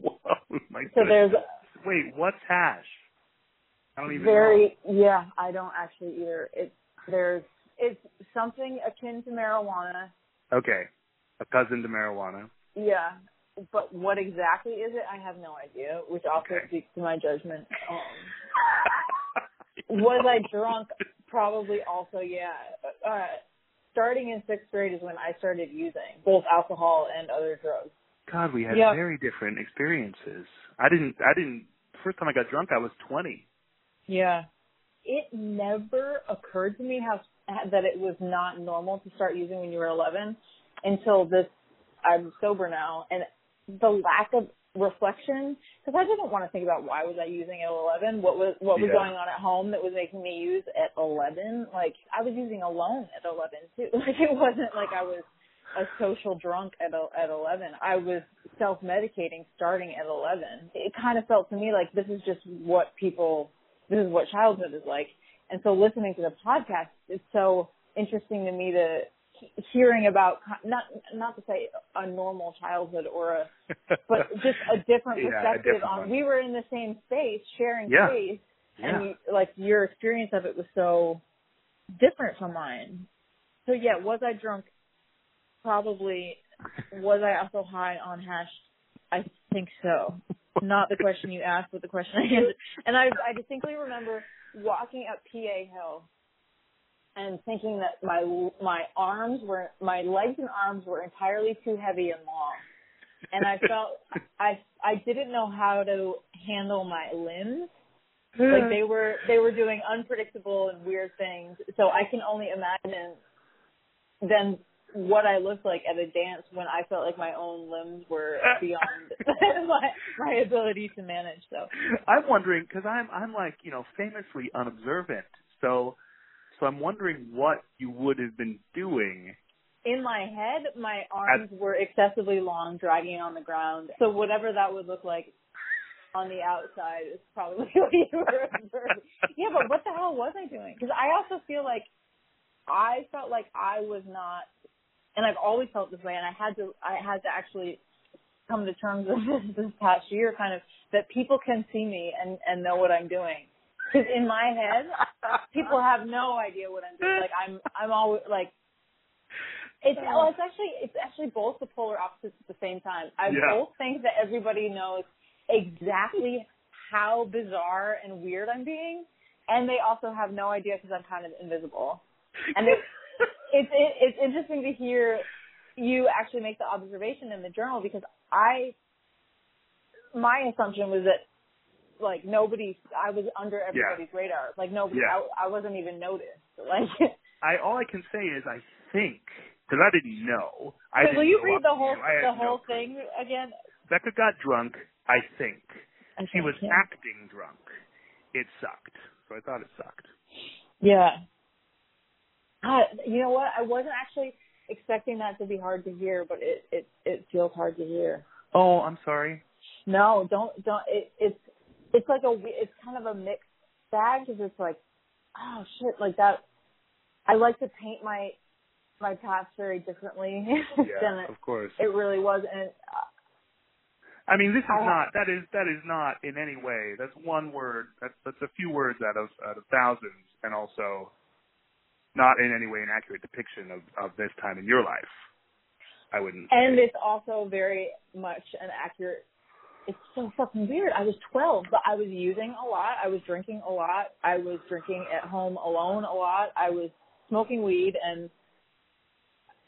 Speaker 5: Whoa, Oh my
Speaker 6: So
Speaker 5: goodness.
Speaker 6: there's
Speaker 5: Wait, what's hash? I don't even know.
Speaker 6: very yeah i don't actually either it's there's it's something akin to marijuana
Speaker 5: Okay, a cousin to marijuana.
Speaker 6: yeah but what exactly is it i have no idea which also
Speaker 5: Okay.
Speaker 6: speaks to my judgment um, was i drunk probably also yeah uh, starting in sixth grade is when i started using both alcohol and other drugs
Speaker 5: God, we had
Speaker 6: Yeah.
Speaker 5: very different experiences. I didn't. I didn't. First time I got drunk, I was twenty.
Speaker 6: yeah it never occurred to me how that it was not normal to start using when you were 11 until this I'm sober now and the lack of reflection because I didn't want to think about why was I using at 11 what was what was
Speaker 5: Yeah.
Speaker 6: going on at home that was making me use at 11 like I was using alone at 11 too like it wasn't like I was a social drunk at el- at 11 I was self-medicating starting at 11 it kind of felt to me like this is just what people this is what childhood is like and so listening to the podcast is so interesting to me to he- hearing about co- not not to say a normal childhood or a but just a different
Speaker 5: Yeah, a
Speaker 6: perspective
Speaker 5: different
Speaker 6: on
Speaker 5: one.
Speaker 6: we were in the same space sharing
Speaker 5: Yeah.
Speaker 6: space
Speaker 5: Yeah.
Speaker 6: and you, like your experience of it was so different from mine so yeah was i drunk probably was i also high on hash i think so not the question you asked but the question i answered and i i distinctly remember walking up pa hill and thinking that my my arms were my legs and arms were entirely too heavy and long and i felt i i didn't know how to handle my limbs like they were they were doing unpredictable and weird things so i can only imagine than what I looked like at a dance when I felt like my own limbs were beyond my, my ability to manage. So
Speaker 5: I'm wondering because I'm I'm like you know famously unobservant, so so I'm wondering what you would have been doing.
Speaker 6: in my head, my arms were excessively long, dragging on the ground. So whatever that would look like on the outside is probably what you were observing. Yeah, but what the hell was I doing? Because I also feel like I felt like I was not, and I've always felt this way, and I had to, I had to actually come to terms with this, this past year, kind of that people can see me and and know what I'm doing. Because in my head, people have no idea what I'm doing. Like I'm, I'm always like. It's well, it's actually it's actually both the polar opposites at the same time. I
Speaker 5: Yeah.
Speaker 6: both think that everybody knows exactly how bizarre and weird I'm being, and they also have no idea because I'm kind of invisible. And it, it's it, it's interesting to hear you actually make the observation in the journal because I my assumption was that like nobody I was under everybody's radar like nobody
Speaker 5: Yeah.
Speaker 6: I, I wasn't even noticed like
Speaker 5: I all I can say is I think because I didn't know. I
Speaker 6: Wait,
Speaker 5: didn't
Speaker 6: will you
Speaker 5: go
Speaker 6: read
Speaker 5: up
Speaker 6: the
Speaker 5: to
Speaker 6: whole
Speaker 5: you. I had
Speaker 6: the
Speaker 5: no
Speaker 6: whole
Speaker 5: clue.
Speaker 6: thing again?
Speaker 5: Becca got drunk. I think she was
Speaker 6: yeah.
Speaker 5: acting drunk. It sucked. So I thought it sucked.
Speaker 6: Yeah. God, you know what? I wasn't actually expecting that to be hard to hear, but it it it feels hard to hear.
Speaker 5: Oh, I'm sorry.
Speaker 6: No, don't don't. It, it's it's like a we- it's kind of a mixed bag because it's like, oh shit, like that. I like to paint my my past very differently than
Speaker 5: Yeah,
Speaker 6: it,
Speaker 5: of course.
Speaker 6: it Oh. really was, and uh,
Speaker 5: I mean, this is
Speaker 6: I-
Speaker 5: not that is that is not in any way. That's one word. That's that's a few words out of out of thousands, and also not in any way an accurate depiction of of this time in your life. I wouldn't.
Speaker 6: And
Speaker 5: say.
Speaker 6: it's also very much an accurate. It's so fucking weird. I was 12, but I was using a lot. I was drinking a lot. I was drinking at home alone a lot. I was smoking weed and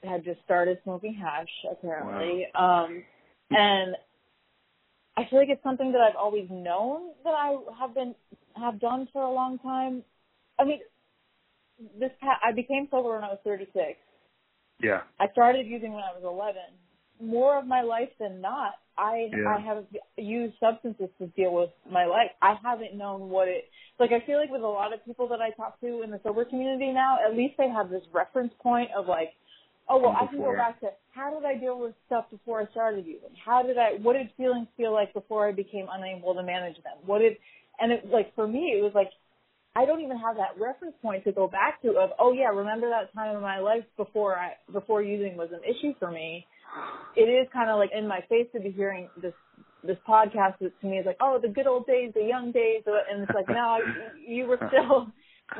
Speaker 6: had just started smoking hash apparently. Um, and I feel like it's something that I've always known that I have been have done for a long time. I mean, this pa- I became sober when I was 36.
Speaker 5: yeah.
Speaker 6: I started using when I was 11. More of my life than not, I
Speaker 5: Yeah.
Speaker 6: I have used substances to deal with my life. I haven't known what it like. I feel like with a lot of people that I talk to in the sober community now, at least they have this reference point of like, oh well, I can go
Speaker 5: Before.
Speaker 6: back to how did I deal with stuff before I started using? How did I? What did feelings feel like before I became unable to manage them? What did? And it like for me, it was like I don't even have that reference point to go back to of oh yeah, remember that time in my life before I before using was an issue for me. It is kind of like in my face to be hearing this this podcast that to me is like oh the good old days, the young days, uh, and it's like no, you were still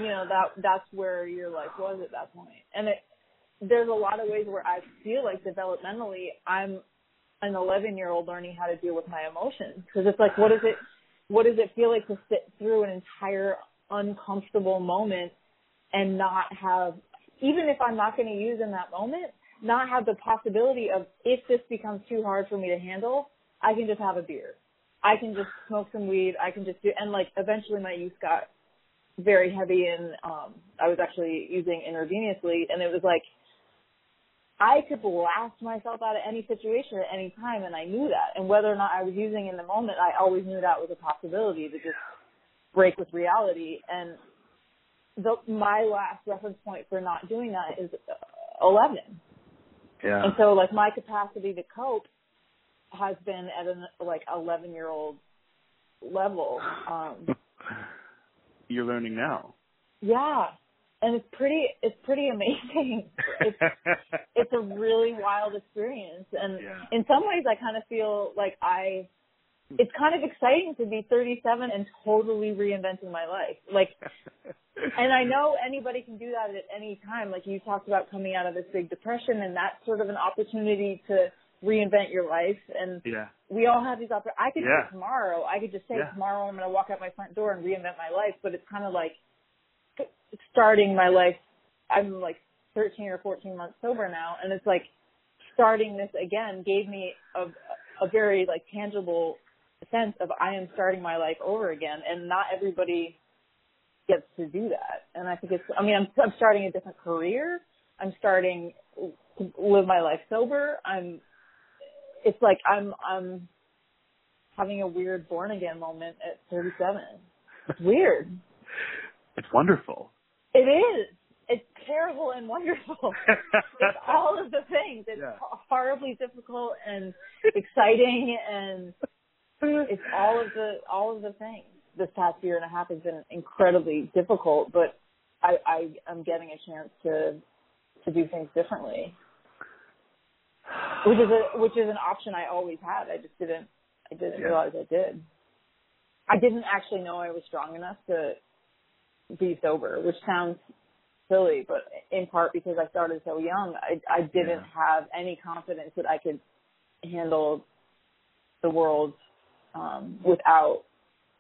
Speaker 6: you know that that's where your life was at that point. And it there's a lot of ways where I feel like developmentally I'm an 11 year old learning how to deal with my emotions because it's like what is it what does it feel like to sit through an entire uncomfortable moment and not have even if I'm not going to use in that moment not have the possibility of if this becomes too hard for me to handle I can just have a beer I can just smoke some weed I can just do and like eventually my use got very heavy and um I was actually using intravenously and it was like I could blast myself out of any situation at any time, and I knew that. And whether or not I was using in the moment, I always knew that was a possibility to just break with reality. And the, my last reference point for not doing that is uh, 11.
Speaker 5: Yeah.
Speaker 6: And so, like, my capacity to cope has been at an, like, 11 year old level. Um,
Speaker 5: You're learning now.
Speaker 6: yeah. And it's pretty, it's pretty amazing. It's it's a really wild experience and
Speaker 5: Yeah.
Speaker 6: in some ways i kind of feel like i it's kind of exciting to be 37 and totally reinventing my life like and i know anybody can do that at any time like you talked about coming out of this big depression and that's sort of an opportunity to reinvent your life and
Speaker 5: yeah.
Speaker 6: we all have these oppor- i could do
Speaker 5: Yeah.
Speaker 6: it tomorrow i could just say
Speaker 5: Yeah.
Speaker 6: tomorrow i'm going to walk out my front door and reinvent my life but it's kind of like starting my life i'm like 13 or 14 months sober now and it's like starting this again gave me a, a very like tangible sense of i am starting my life over again and not everybody gets to do that and i think it's i mean i'm, I'm starting a different career I'm starting to live my life sober. I'm it's like I'm I'm having a weird born again moment at 37. It's weird.
Speaker 5: It's wonderful.
Speaker 6: It is. It's terrible and wonderful. it's all of the things. It's
Speaker 5: Yeah.
Speaker 6: horribly difficult and exciting and it's all of the all of the things. This past year and a half has been incredibly difficult, but I, I am getting a chance to to do things differently, which is a which is an option I always had. I just didn't I didn't
Speaker 5: Yeah.
Speaker 6: realize I did. I didn't actually know I was strong enough to be sober, which sounds silly, but in part because I started so young, I I didn't have any confidence that I could handle the world um, without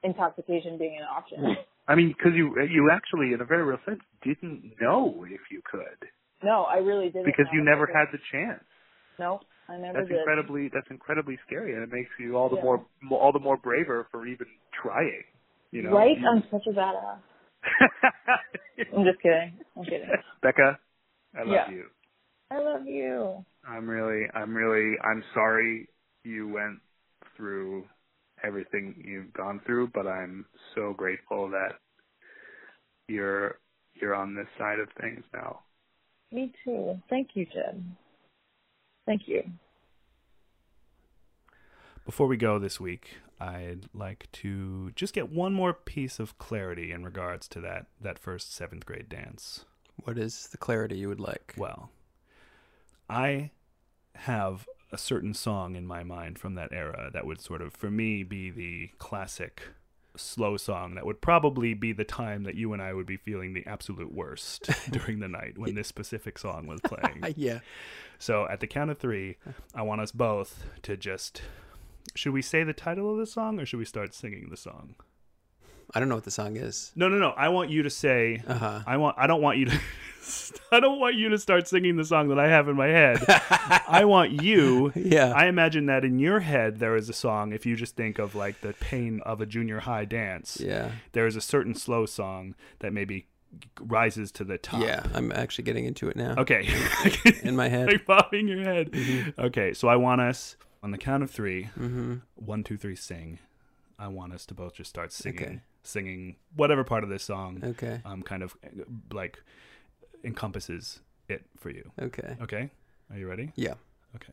Speaker 6: intoxication being an option.
Speaker 5: I mean, because you you actually, in a very real sense, didn't know if you could
Speaker 6: No, I really didn't.
Speaker 5: because you
Speaker 6: know.
Speaker 5: never had the chance.
Speaker 6: No, I never
Speaker 5: That's
Speaker 6: did.
Speaker 5: incredibly that's incredibly scary, and it makes you all the
Speaker 6: Yeah.
Speaker 5: more all the more braver for even trying. You know,
Speaker 6: right? I'm such a badass. I'm just kidding. I'm kidding.
Speaker 5: Becca, I love
Speaker 6: Yeah.
Speaker 5: you.
Speaker 6: I love you.
Speaker 5: I'm really, I'm really, I'm sorry you went through everything you've gone through, but I'm so grateful that you're you're on this side of things now.
Speaker 6: Me too. Thank you, Jed. Thank you.
Speaker 1: Before we go this week, I'd like to just get one more piece of clarity in regards to that that first seventh grade dance.
Speaker 2: What is the clarity you would like?
Speaker 1: Well, I have a certain song in my mind from that era that would sort of, for me, be the classic slow song that would probably be the time that you and I would be feeling the absolute worst during the night when this specific song was playing.
Speaker 2: Uh, yeah.
Speaker 1: So at the count of three, I want us both to just. Should we say the title of the song or should we start singing the song?
Speaker 2: I don't know what the song is.
Speaker 1: No, no, no. I want you to say.
Speaker 2: Uh-huh.
Speaker 1: I want. I don't want you to. I don't want you to start singing the song that I have in my head. I want you.
Speaker 2: Yeah.
Speaker 1: I imagine that in your head there is a song. If you just think of like the pain of a junior high dance,
Speaker 2: Yeah.
Speaker 1: there is a certain slow song that maybe rises to the top.
Speaker 2: Yeah. I'm actually getting into it now
Speaker 1: Okay.
Speaker 2: in my head. Mm-hmm.
Speaker 1: like bobbing your head. Okay, so I want us on the count of 3 one, two, three, sing. I want us to both just start singing,
Speaker 2: Okay.
Speaker 1: singing whatever part of this song,
Speaker 2: Okay.
Speaker 1: um, kind of uh, like encompasses it for you.
Speaker 2: Okay.
Speaker 1: Okay, are you ready?
Speaker 2: Yeah.
Speaker 1: Okay.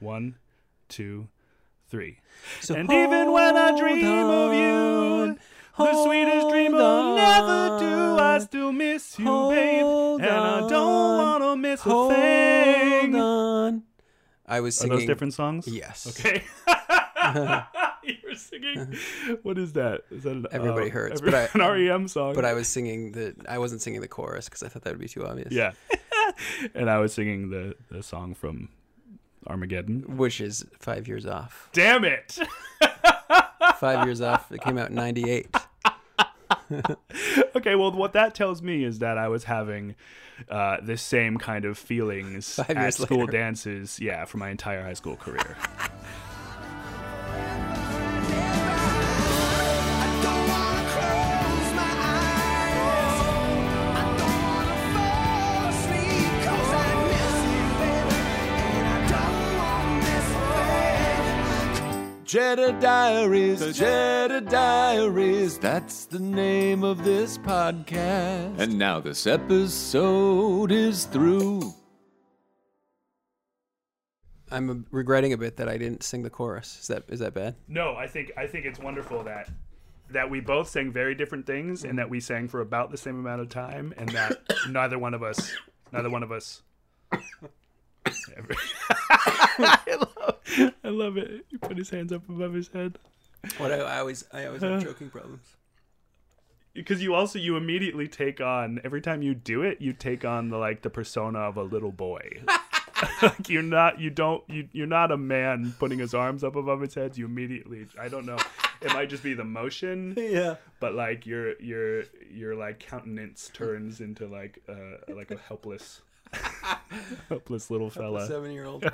Speaker 1: One, two, three.
Speaker 2: So
Speaker 1: and even when I dream of you, the sweetest dream will never do. I still miss you, babe,
Speaker 2: Hold
Speaker 1: and I
Speaker 2: on.
Speaker 1: don't wanna miss
Speaker 2: hold
Speaker 1: a thing.
Speaker 2: on. I was
Speaker 1: Are
Speaker 2: singing.
Speaker 1: those different songs?
Speaker 2: Yes.
Speaker 1: Okay. you were singing. What is that? Is that an, uh,
Speaker 2: Everybody Hurts, but
Speaker 1: every-
Speaker 2: I-
Speaker 1: an REM song?
Speaker 2: But I was singing the. I wasn't singing the chorus because I thought that would be too obvious.
Speaker 1: yeah. and I was singing the the song from Armageddon.
Speaker 2: Which is five years off.
Speaker 1: Damn it!
Speaker 2: Five years off. It came out in '98.
Speaker 1: okay, well, what that tells me is that I was having uh, the same kind of feelings
Speaker 2: Five
Speaker 1: at
Speaker 2: years
Speaker 1: school
Speaker 2: later.
Speaker 1: dances, yeah, for my entire high school career.
Speaker 7: I don't wanna close my eyes. I don't wanna fall asleep 'cause I miss you, baby, and I don't wanna miss a thing.
Speaker 8: Jedi Diaries, the Jedi Diaries, that's the name of this podcast. And now this episode is through.
Speaker 2: I'm regretting a bit that I didn't sing the chorus. Is that is that bad?
Speaker 1: no, I think I think it's wonderful that that we both sang very different things and that we sang for about the same amount of time and that neither one of us neither one of us I, love, I love it. He put his hands up above his head.
Speaker 2: What I, I always I always have choking problems.
Speaker 1: because you also you immediately take on every time you do it you take on the like the persona of a little boy like you're not you don't you, you're not a man putting his arms up above his head you immediately i don't know it might just be the motion
Speaker 2: Yeah.
Speaker 1: but like your your your like countenance turns into like uh like a helpless helpless little fella
Speaker 2: Seven year old.